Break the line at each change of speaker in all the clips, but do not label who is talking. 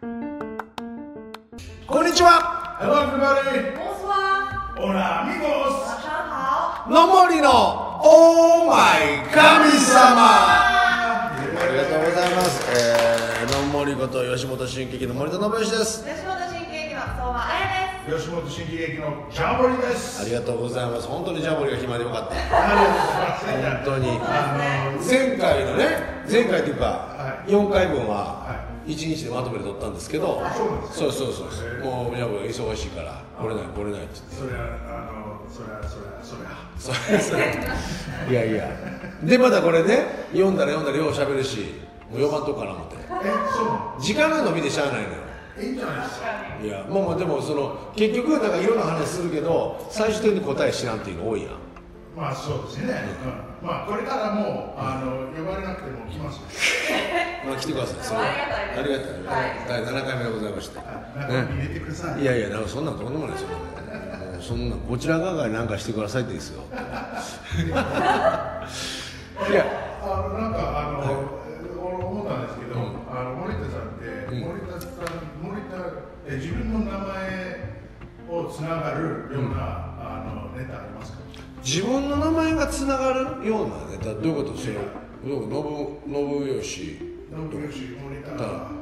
こんにちは
Hello everybody!
こんにちは。
Hola amigos!
晚上好。
野森のオーマイ神様ありがとうございます、えー、野森こと吉本新喜劇の森田信義です
吉本新喜劇の相馬彩で
吉本新喜劇のジャンボリで
あ
す
りがとうございます本当にジャンボリが暇でよかった
ありがとうござい
本当に
ますあの
前回のね前回というか
は
4回分
は
は1日でまとめて撮ったんですけど
あそうなんですか
そうそうそうそう
へえ
もうジャンボリが忙しいから来れない来れないって言って
それはあのそれはそれはそれは
そうですねいやいやでまだこれね読んだら読んだらようしゃべるしもう読まんとこかな思って
えそうなの
時間が伸びてしゃあないのよ
いいんじゃないですか
いやまあまあでもその結局なんかいろんな話するけど最終的に答え知らんっていうの多いやん
まあそうですね、うんまあこれからもうあの呼ばれなくても来ますよ
まあ来てくださいそれはあ
あ
り
り
が
が
た
た
い
いです
第7回目でございました
中に入れてください
いやいやなんかそんなんどうでもないですよもうそんなこちら側がなんかしてくださいってですよ いや
あのなんかあの、俺思ったんですけど、あの森田さんって、森田さん森田え自分の名前をつながるような、あのネタありますか？
自分の名前がつながるようなネタどういうことそれ信信義
信義森田。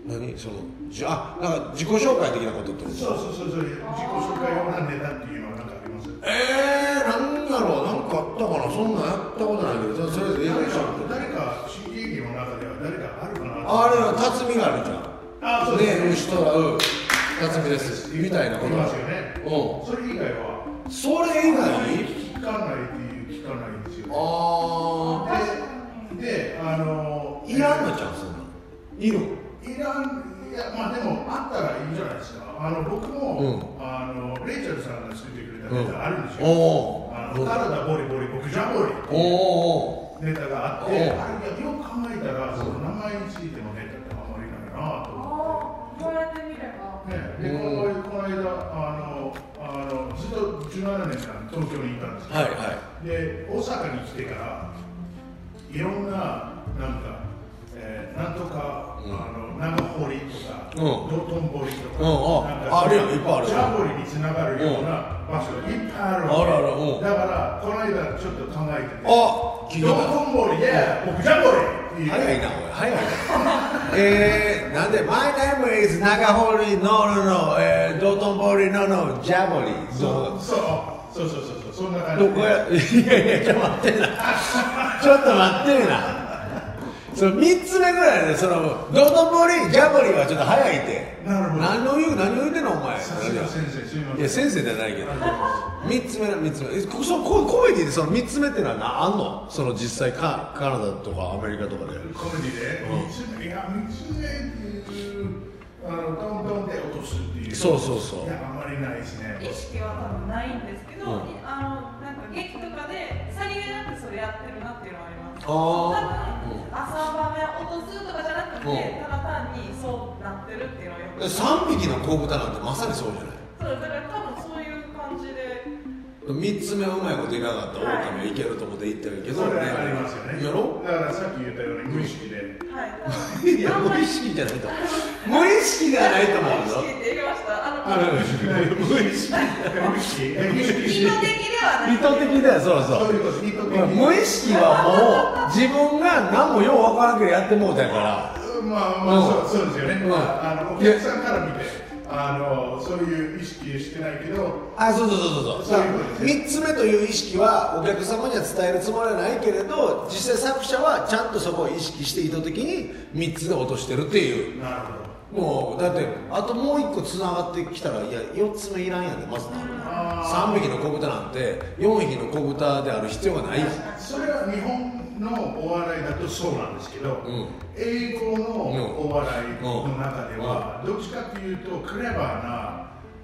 何そのじあなんか自己紹介的なことってこと
そうそうそうそう自己紹介用なネタっていうのはなんかあります。
えー、なんだろうなんかあったかなそんなんやったことないけどとりあえず映画にしよう
誰か新喜劇の中では誰かあるかな
あれは辰巳があるじゃん
あそうです
ね牛とはうん辰巳ですみたいなこ
い
と
ますよね。
う
それ以外は
んそれ以外
聞かないっていう聞かないんですよ。
あ
す。
であの
ーいらんのじゃんそんなんいるん
いらんいやまあでもあったらいいんじゃないですかあの僕も、
う
あのレイチェルさんが作ってくれたネタあるんですよ、
おー
あのサラダボリボリ僕ジャボリ
おーお
ネタがあってあれ
おう
よく考えたらその名前についてのネタってあんまりないなと思
おー、こうやって見れば。
って、ね、でこの間この間あのあのずっと17年間東京にいたんです
ー
よ
はいはい
で大阪に来てからいろんななんか、えーなんとか、あの生掘りとか、
うん
道頓堀とか,、
うんあ
なん
あ
か
るやんいっぱいある
ジャンボリにつながるような場所がいっぱいある
あるあるうん
だからこの間ちょっと考えてて
あ聞い
道
た
頓堀で、僕ジャンボリっていう
早いなおい早いなえー、なんで「My name is 長堀のるの、えー、道頓堀ののジャボリ」どう
そうそうそうそうそうそんな感じ
どこやいやいやちょっと待ってなちょっと待ってなその3つ目ぐらいでその「道頓堀ジャボリ」はちょっと早いって
なるほど
何を言う何を言うてんのお前
さすが先生すみ
い
ません
や先生じゃないけど3つ目な3つ目えこそこコメディでその3つ目ってのはなあんのその実際カカナダとかアメリカとかで
コメディで三つ目いや三つ目っていうあのトントンで落とすっていう
そうそうそう
いやあんまりないですね
意識は多分ないんですけど、
うん
あのなんか劇とかでさりげなくそれやってるなっていうのはあります。
あー
多分朝場面落とすとかじゃなくて、
うん
ただ単にそうなってるっていうのはよく。
3匹の子豚なんてまさにそうじゃない
そうだから多分そういう感じで。
3つ目うまいこといかなかったら狼はいけるとこで行ってるけど
それはありますよね
やろ
だからさっき言ったように無意識で
はい。
い
多
や
分
無意識じゃないと思う無意識ではないと思
意
うよ
識って言いました。あ
あ
の、
無意識ない無意識無意 識え無意識
意
し
図的ではない。
意図的だよそうそう
そういうこと意図的
まあ
に
無意識はもう自分が何もよう分からんけどやってもうたんやから
まあま
う
あ
ん
そうそうですよね
うん
あのお客さんから見てあのそういう意識してないけど
あそうそうそうそう
そういうことです
3つ目という意識はお客様には伝えるつもりはないけれど実際作者はちゃんとそこを意識して意図的に3つで落としてるっていう
なるほど
もうだってあともう1個つながってきたらいや4つ目いらんやんねまずな
あ
3匹の子豚なんて4匹の子豚である必要がないやん
ーそれは日本のお笑いだとそうなんですけど、
うん
英語のお笑いの
うん
中では、どっちかというとクレバーな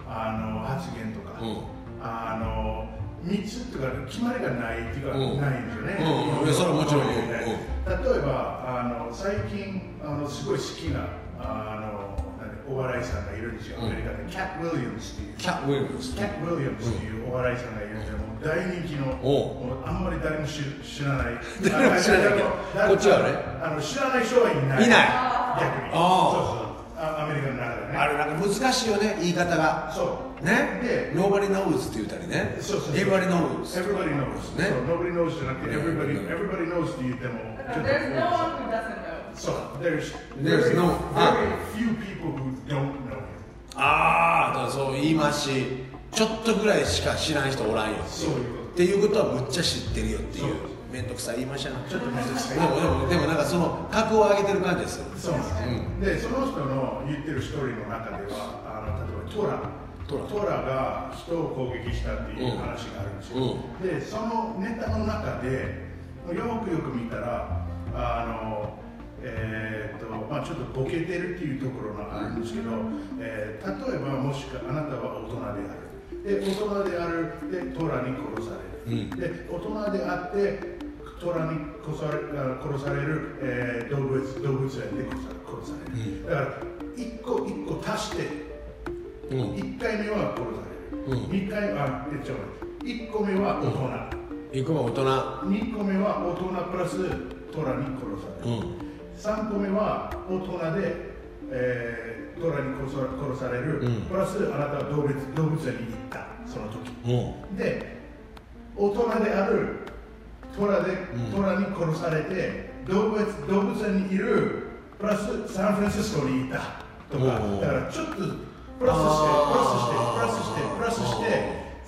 あの発言とか、
うん
あの3つとか決まりがないっていうか、
うん
ないんですよね、
うんうんいやそれはもちろんうんうん
例えばあの最近あのすごい好きなあのなんだお笑いさんがいるんですよ、アメリカで、キャット・ウィリアムズっていう。
キャットウィリアムズ
キャット・ウィリアムズっていうお笑いさんがいるんですよ、もう大人気の、
お
もうあんまり誰も知る知らない、
誰も知らないけど
あ
こっちはね
あの知らない人はいない、
いない
逆に、
あ
そうそうあ、アメリカの中でね。
あれなんか難しいよね言い方が
そう
ね
で
Nobody knows って言ったりね
そうそうそう
Everybody knows
Everybody knows.
ね
So nobody knows じゃなくて
Everybody
everybody, everybody knows って言っても
だ
ち
か
ょ
ら
っと。
There's no one who doesn't know
So there's
There's
very,
no-
very few people who don't know.
ああだからそう言い回しちょっとぐらいしか知らん人おらんよ
そういうこ
っていうことはむっちゃ知ってるよっていう
そう
面倒くさい言い回しやな
と。ちょっと難しい
で。もでもでもなんかその格を上げてる感じですよ
そうなんです、でその人の言ってるストーリーの中ではあの例えばト
ト
ラ
ラ
が人を攻撃したっていう話があるんですよ、でそのネタの中でよくよく見たらあのえーっとまあ、ちょっとボケてるっていうところがあるんですけど、えー例えばもしかあなたは大人であるで大人であるでトラに殺される、で大人であってトラに殺されあ殺される、えー動物動物園で殺さ殺される、だから一個一個足して
うん
1回目は殺される、二回あえちょっと待って1個目は大
行くば大人
人、二個目は大人プラストラに殺される、
ん
三個目は大人で、えートラに殺さ殺される、プラスあなたは動物動物園に行ったその時
うん
で大人であるトラで、トラに殺されて動物動物園にいるプラスサンフランシスコにいたとか
おう
だからちょっとプラスして
あー
プラスしてプラスしてプラスし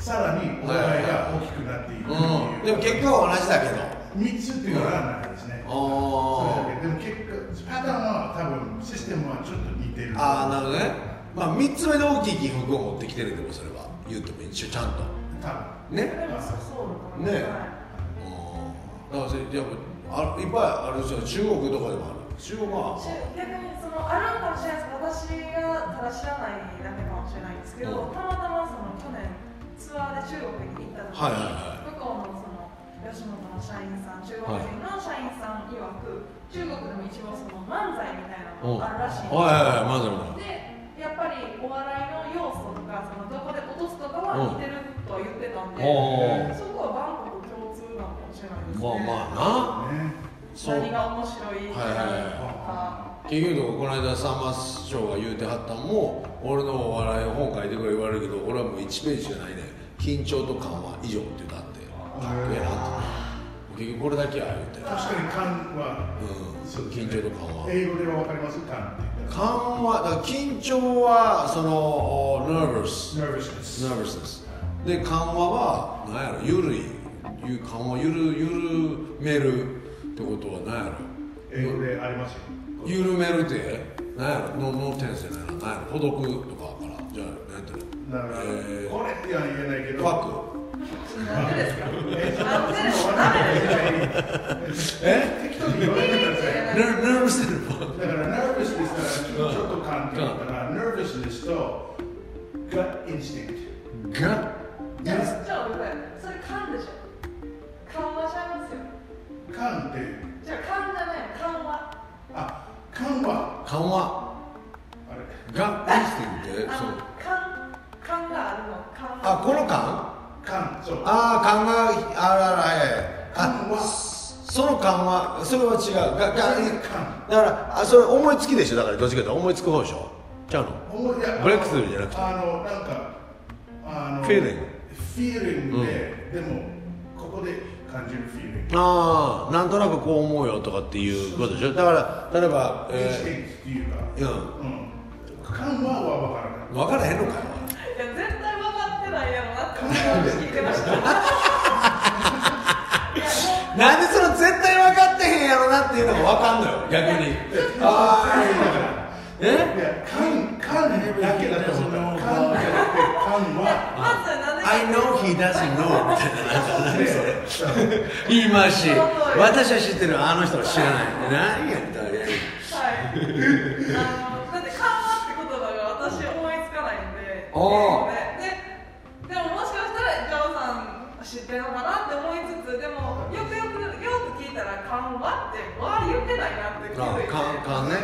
てさらにお互いが大きくなっていくって
うんで
いう、
も結果は同じだけど
3つっていうのはないですね、
あ
そ
ー
れだけでも結果パターンは多分システムはちょっと似てる
ああなるほどねまあ3つ目の大きい起伏を持ってきてるんでもそれは言うても一緒ちゃんと
多
そ
ね
れもそうそうだと思います
ねえうんだから
はい
それやっぱあいっぱいあるじゃん中国とかでもある中国は
逆にそのあるかもしれないです私がただ知らないだけかもしれないんですけ
う
ど、
ん
たまたまその去年ツアーで中国に行った時に、
はいはい
向こうのその吉本の社員さん中国人の社員さん曰く、中国でも一応その漫才みたいなのがあるらしいんですよ
はいはいはいまずは
でやっぱりお笑いの要素とかそのどこで落とすとかは似てるとは言ってたんで、
おー
そこは万国共通なのかもしれないですね、
まあまあな
分ね
そう
何が面白い
はいはいはい
とか
結局のこの間さんま師匠が言うてはったんも俺のお笑いの本書いてくれ言われるけど俺はもう1ページじゃないね緊張と緩和以上って言うたってかっこええなって結局これだけや言うて
確かに感は
うん緊張と緩和
英語では分かります感って言ったら
緩和だから緊張はその nervous
nervousness
nervousness で緩和は何やろゆるいゆ緩和ゆる緩めるってことは何や
英語
ろ
でありますよ
緩めるって何やろの脳天性な何やろ孤独とかからじゃあ何やったら
なるほど
えー
これっては言えないけど
パック
なんでですか
えー
なんでですかダメですよ
え
適当に言わないでください
ネルブステルパ
だから nervous ですからちょっと感って言ったら nervous ですと gut instinct
ーが
じゃあ、じゃあ、ごめんなさいそれ勘でしょ緩和しちゃいますよ
感って
じゃあ、勘じゃないの緩和
あ感は
緩和
あれ
がインスティンって
あ
そう
の、勘勘があるの勘
あこの感
感そう
ああ感があららはいはい
感は
その感はそれは違うがが
感
だからあそれ思いつきでしょだからどっちかというと思いつく方でしょちゃうの
思いいや
ブレイクスルーじゃなくて
あのなんかあの
Feeling
feeling で、でもここで感じる feeling
ああなんとなくこう思うよとかっていうことでしょだから例えば、え
っていうか、
ー、
う、
うん
緩和は分からない。
ん分からへんのかよ
いや、絶対分かってないやろなって私聞いてましたいや、も
なんでその絶対分かってへんやろなっていうのが分かんのよ逆にああえ
いや、緩緩だけだと思った。緩じゃなくて緩
う
和。
まずなんで
I know he doesn't know みたいななんか何それ言い回し私は知ってるあの人は知らない何やったらや
はいあのだって緩和って言葉が私思いつかないんで
おー
ででももしかしたらジョーさん知ってるのかなって思いつつでもよくよくよく聞いたら緩和ってわあ言ってないなって気づいて
あカンカンね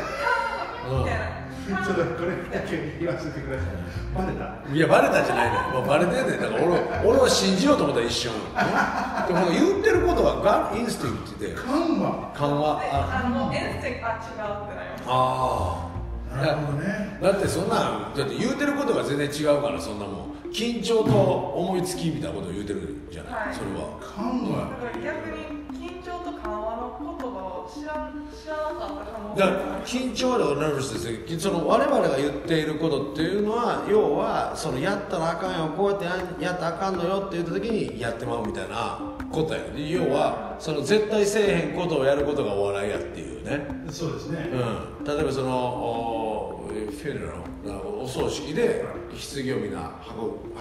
緩和みたいな
ちょっとこれだけ言わせてくださいバレた
いやバレたじゃないのよ、まあ、バレてんねんだから俺を俺を信じようと思ったら一瞬でも言ってることはガンインスティンクトで
緩和
緩和
で
あ
あのエンステが違うってなります
ああ
なるほどね
だってそんなんだって言うてることが全然違うからそんなもん緊張と思いつきみたいなことを言うてるじゃない、
はい
それは
緩
だ
和
から逆に緊張と緩和の言葉を知らん知らなかった可能性
だ
が
か
あ
ら
る
緊張とかナーバスですその我々が言っていることっていうのは要はそのやったらあかんよこうやってやんやったらあかんのよって言った時にやってまうみたいなことやね要はその絶対せえへんことをやることがお笑いやっていうね
そうですね
うん、例えばそのおフェルラのお葬式で棺をみんな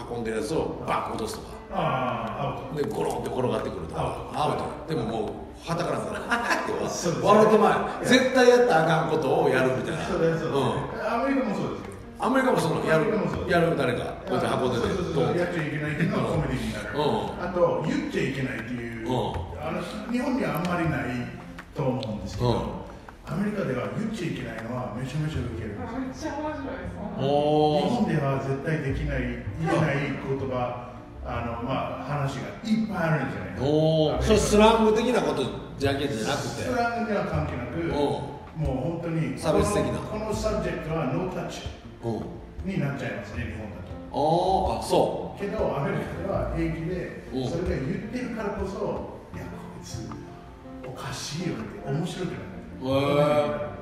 運運んでるやつをバン落とすとか
ああアウ
でゴロンって転がってくるとかアウトでももうはたからから「って
そうです
笑ってまい絶対やったらあかんことをやるみたいな
トそうですそう
うん
ですアメリカもそうですよ
アメリカもそのやるやる誰かこうやって運んでて
そうそう
ド
そう
ン
やっちゃいけないっていうのはコメディになる、
うん
あと言っちゃいけないっていう、
うん
あの日本にはあんまりないと思うんですけど、
うん
アメリカでは言っちゃいけないのはめちゃめちゃウケるんですよ
めっちゃ面白いですほんま
おー
日本で
に
は絶対できない言えない言葉あのまあ話がいっぱいあるんじゃない
おーそれスラング的なことだけじゃなく
ス
て
ラングには関係なく、
ん
もう本当に
差別的な
このこのサブジェクトはノータッチ
うん
になっちゃいますね日本だと。
あーあそう
けどアメリカでは平気で
うん
それが言ってるからこそいやこいつおかしいよって面白くなる
へー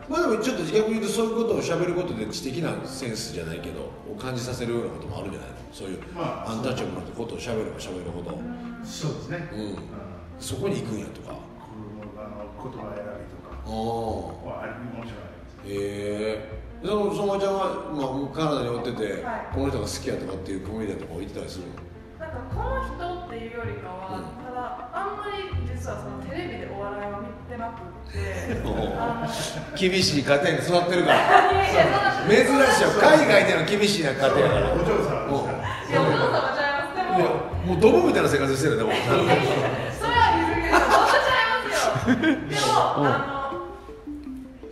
まあでもちょっと逆に言うとそういうことをしゃべることで知的なセンスじゃないけどを感じさせるようなこともあるじゃないのそういう
まあ
アンタッチャブルなことをしゃべればしゃべるほど、うん、
そうですね、うん、
そこに行くんやとか
車の言葉選びとか
ああ
はあれ面白いで
へ
す
えそのそのおばちゃんは、まあ、カナダにおってて、
はい
この人が好きやとかっていうコメディアンとか言ってたりするの
なんかこの人っていうよりかは、
うん
ただあんまり実はそのテレビでお笑いを見てなくって
おー
あの
厳しい家庭に育ってるから
いやいやそんな
珍しいよ海外での厳しいな家庭やから
お嬢さんですか
いやお父様ちゃいますで
いや
も
もうドブみたいな生活してるよねも
それは言い過ぎです。どうせちゃ
う
いますよ。でも、あの、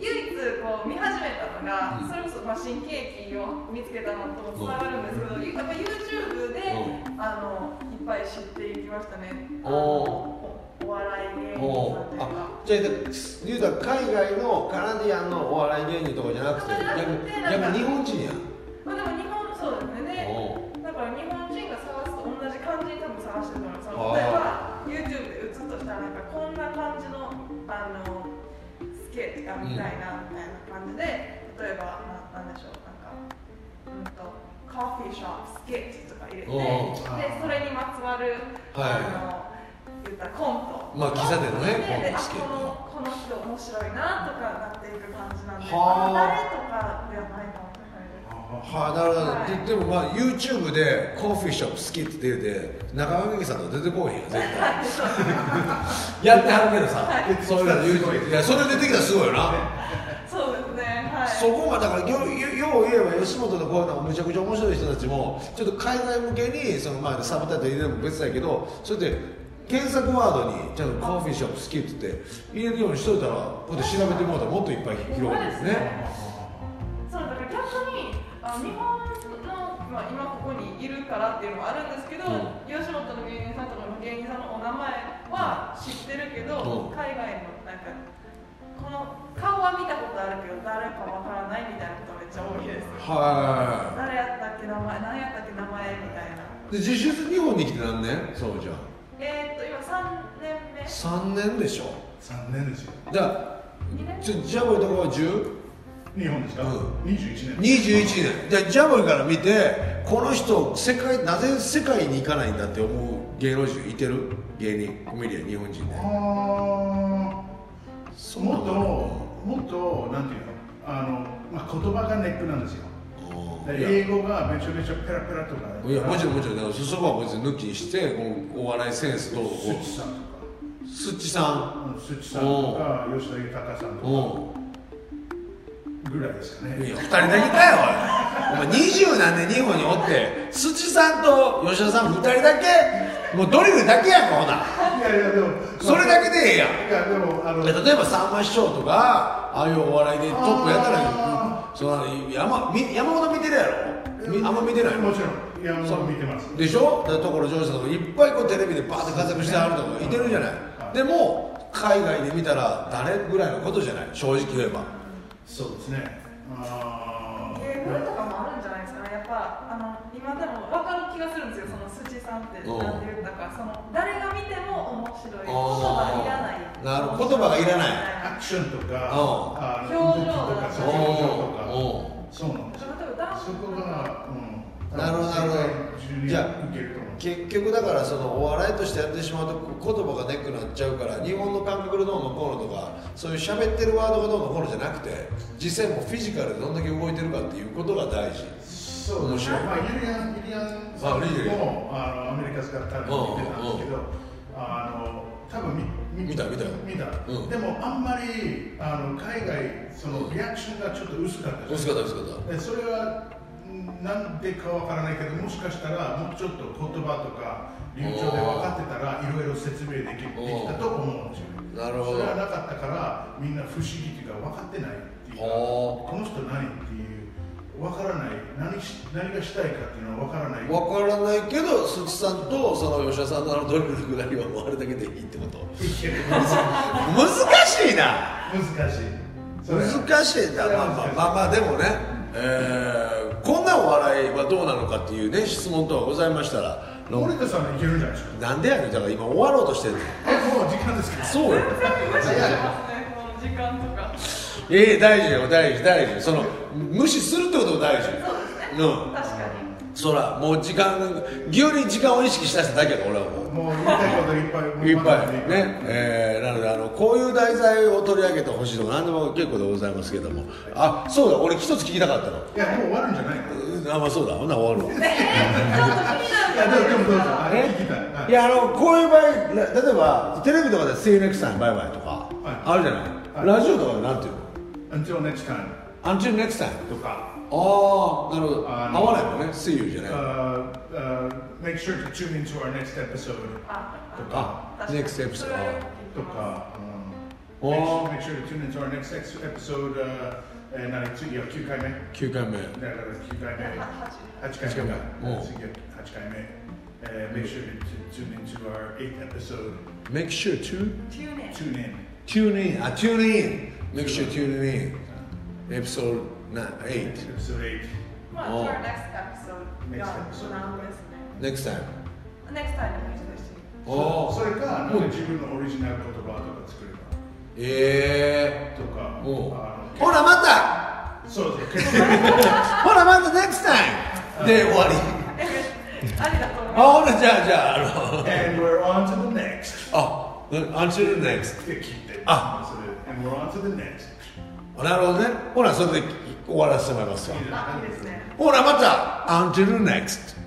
唯一こう見始めたのが、それこそ、まあ、新ケーキを見つけたのともつながるんですけど、やっぱ YouTube で、あの、いっぱい知っていきましたね。あのおお笑い芸 人
お
さんというか。
あじゃあ言うたら海外のカナディアンのお笑い芸人とかじゃなくて
そうじゃなくて
やっぱやっぱ日本人やん
まあ、でも日本、そうですね。
おう
だから日本人が探すと同じ感じに多分探してると思います。
あ
その例えば YouTube で打つとしたらなんかこんな感じのあのスケートが見たいなみたいな感じで、例えばななんでしょうなんかうんとカフェショップスケートとか入れてで
おう
それにまつわる、
はい
あの言ったらコント
まあ喫茶店のね
コント
コン
で
ト
あ
スケート
このこの人面白いなとかなっていく感じなんで、
はあ
誰とかではないかもしれないです。
はあなるほど、ででもまあ YouTube でコーフィーショップ好きって出て中川家さんとか出てこうへんよ絶対 やってはるけどさ、
はい
そういうの YouTube いやそれ出てきたらすごいよな
そうですね、はい。
そこがだからよよよう言えば吉本のこういうのがむちゃくちゃ面白い人たちもちょっと海外向けにそのまあサブタイトル入れるのも別だけどそれで検索ワードにちゃんとコーフィーショップ好きって言って入れるようにしといたらこうやって調べてもらったらもっといっぱい広がるんですね。
そうだから逆にあ日本の、まあ、今ここにいるからっていうのもあるんですけど、
うん
吉本の芸人さんとかの芸人さんのお名前は知ってるけ
うん
ど、海外のなんかこの顔は見たことあるけど誰かわからないみたいなことめっちゃ多いです
は
誰やったっけ名前何やったっけ名前みたいない
で実質日本に来て何年そうじゃん
えー、っと今3年目
3年でしょ
3年ですよ
だからちょジャボイとかは 10?
日本ですか、
うん
21年
21年でジャボイから見てこの人世界なぜ世界に行かないんだって思う芸能人いてる芸人コメディアン日本人で
あー
そんな
もっ
ん
と
あ
もっとなんていうのあの、まあ、言葉がネックなんですよ
るいや
英語がめちゃめちゃペラペラとか
いやもちろんもちろんだからそそこは別に抜きにしてこのお笑いセンスどうこ
スッチさんと
うスッチさ
か、うん、スッチさんとか吉田豊さん
ん
と
う
かぐらいですか
んい
ね
や2人だけかよおいお前二十何年日本におってスッチさんと吉田さん2人だけもうドリルだけやんかほない
やいやでも
それだけでええやん
いやでもあの
例えばさんま師匠とかああいうお笑いでトップやったら
あ
その山み山本見てるやろみあんま見てないの
もちろん山本見てます
でしょだから所ジョージさんとかいっぱいこうテレビでバーって活躍してあるとかいてるじゃない、でも海外で見たら誰ぐらいのことじゃない正直言えば
そうですねあー
ゲームとかもあるんじゃないですかね、やっぱあの今でも分かる気がするんですよ、そのスチさんって、
うん
なんて言ったか、その誰が見ても面白い、言
あー
葉いらない、
なるほど言葉がいらない
アクションとか
おう
あの
表情
動きとか
お
そうう
おお
表情とかそうなんですよ
例えば男
そ
子
こと
か
が、うん、
なるほどなるほどじ
じ
ゃ
ゃ
あ
受けると思う
結局だからそのお笑いとしてやってしまうと言葉がネックになっちゃうから日本の感覚でどうのこうのとかそういう喋ってるワードがどうのこうのじゃなくて実際もうフィジカルでどんだけ動いてるかっていうことが大事
そう
面白い
まあ、ユリアン・ユリアンさ
あ
んも
ユリアン
あのアメリカ使ったの見てたんですけど、あの多分み
見た見た
見た、
うん
でもあんまりあの海外そのリアクションがちょっと薄かった
薄
か
かった薄かっ
でそれはんなんでかわからないけどもしかしたらもうちょっと言葉とか流暢で分かってたらいろいろ説明できできたと思うんですよね
たなるほど
それはなかったからみんな不思議っていうか分かってないっていうか
ほ
この人何っていう分からない何し何がしたいかっていうのは分からない
わからないけど鈴木さんとその吉田さんのあのドリブルぐらいはもうあれだけでいいってこと
いや難
難しいな
しいそれ
難しいんだまあまあまあまあでもね、えーこんなお笑いはどうなのかっていうね質問等がございましたらの
森田さんいけるんじゃないですか
なんでやねんだから今終わろうとしてるの
えもう時間ですか
そうよ
全部無視してますね、この時間とか。
ええ大事よ大事大事その無視するってことも大事
そうですね、
うん
確かに。
そらもう時間ぎゅうに時間を意識した人だけど俺はもう
もう言いたいこといっぱいもう
いっ
ま
ぱ
だ
い
まだ
ね、えーなのであのこういう題材を取り上げてほしいとか何でも結構でございますけどもあそうだ俺一つ聞きたかったの
いやもう終わるんじゃないか
うんあまあそうだほんなら終わるわ
えーちょっと気になる
いやでもでもどうぞあれ
え
聞きたいはい
やあのこういう場合な例えばテレビとかで「See you next time バイバイ」とか、あるじゃない、ラ
はい
ジオとかでなんていうの
Until next time
「Until next time」
とか
ああなるほど
あ
合
の
わないもんね「See you」じゃない
uh, uh, make sure to tune into our next episode
あ
とか
あ
確かに
Next
そ
episode
れはよく聞き
と
ます
か、う
お
ん、
ー
Um, make, make sure to tune into our next ex- episode、uh, えー、何次は9回目
9回目
だから9回目
ははじ
8回
八
目
回目おう
次は8回目、えー、make sure to to tune into our 8th episode
「Make sure to
チューネ
tune in
tune in」あ「tune in」「Make sure tune in」エピソード8
episode 8
まあ、
おう
to our next episode
Next
が
episode
なんですね。
next time
Next time の人でし
おお
それかなん
うん
か自分のオリジナル言葉とか作れば
え
とか
えおう
あ
ほらまた
のそうそう
ほらまた next time で終わり
た。ありがとう
あ
ございます。
ほらじゃあじゃああの
and we're on to the next
あ until next
って聞いて
あ
それ and we're on to the next
なるほどねほらそれで終わらせてもらいますわ
いいですか
あ、いいですね。
ほらまた until next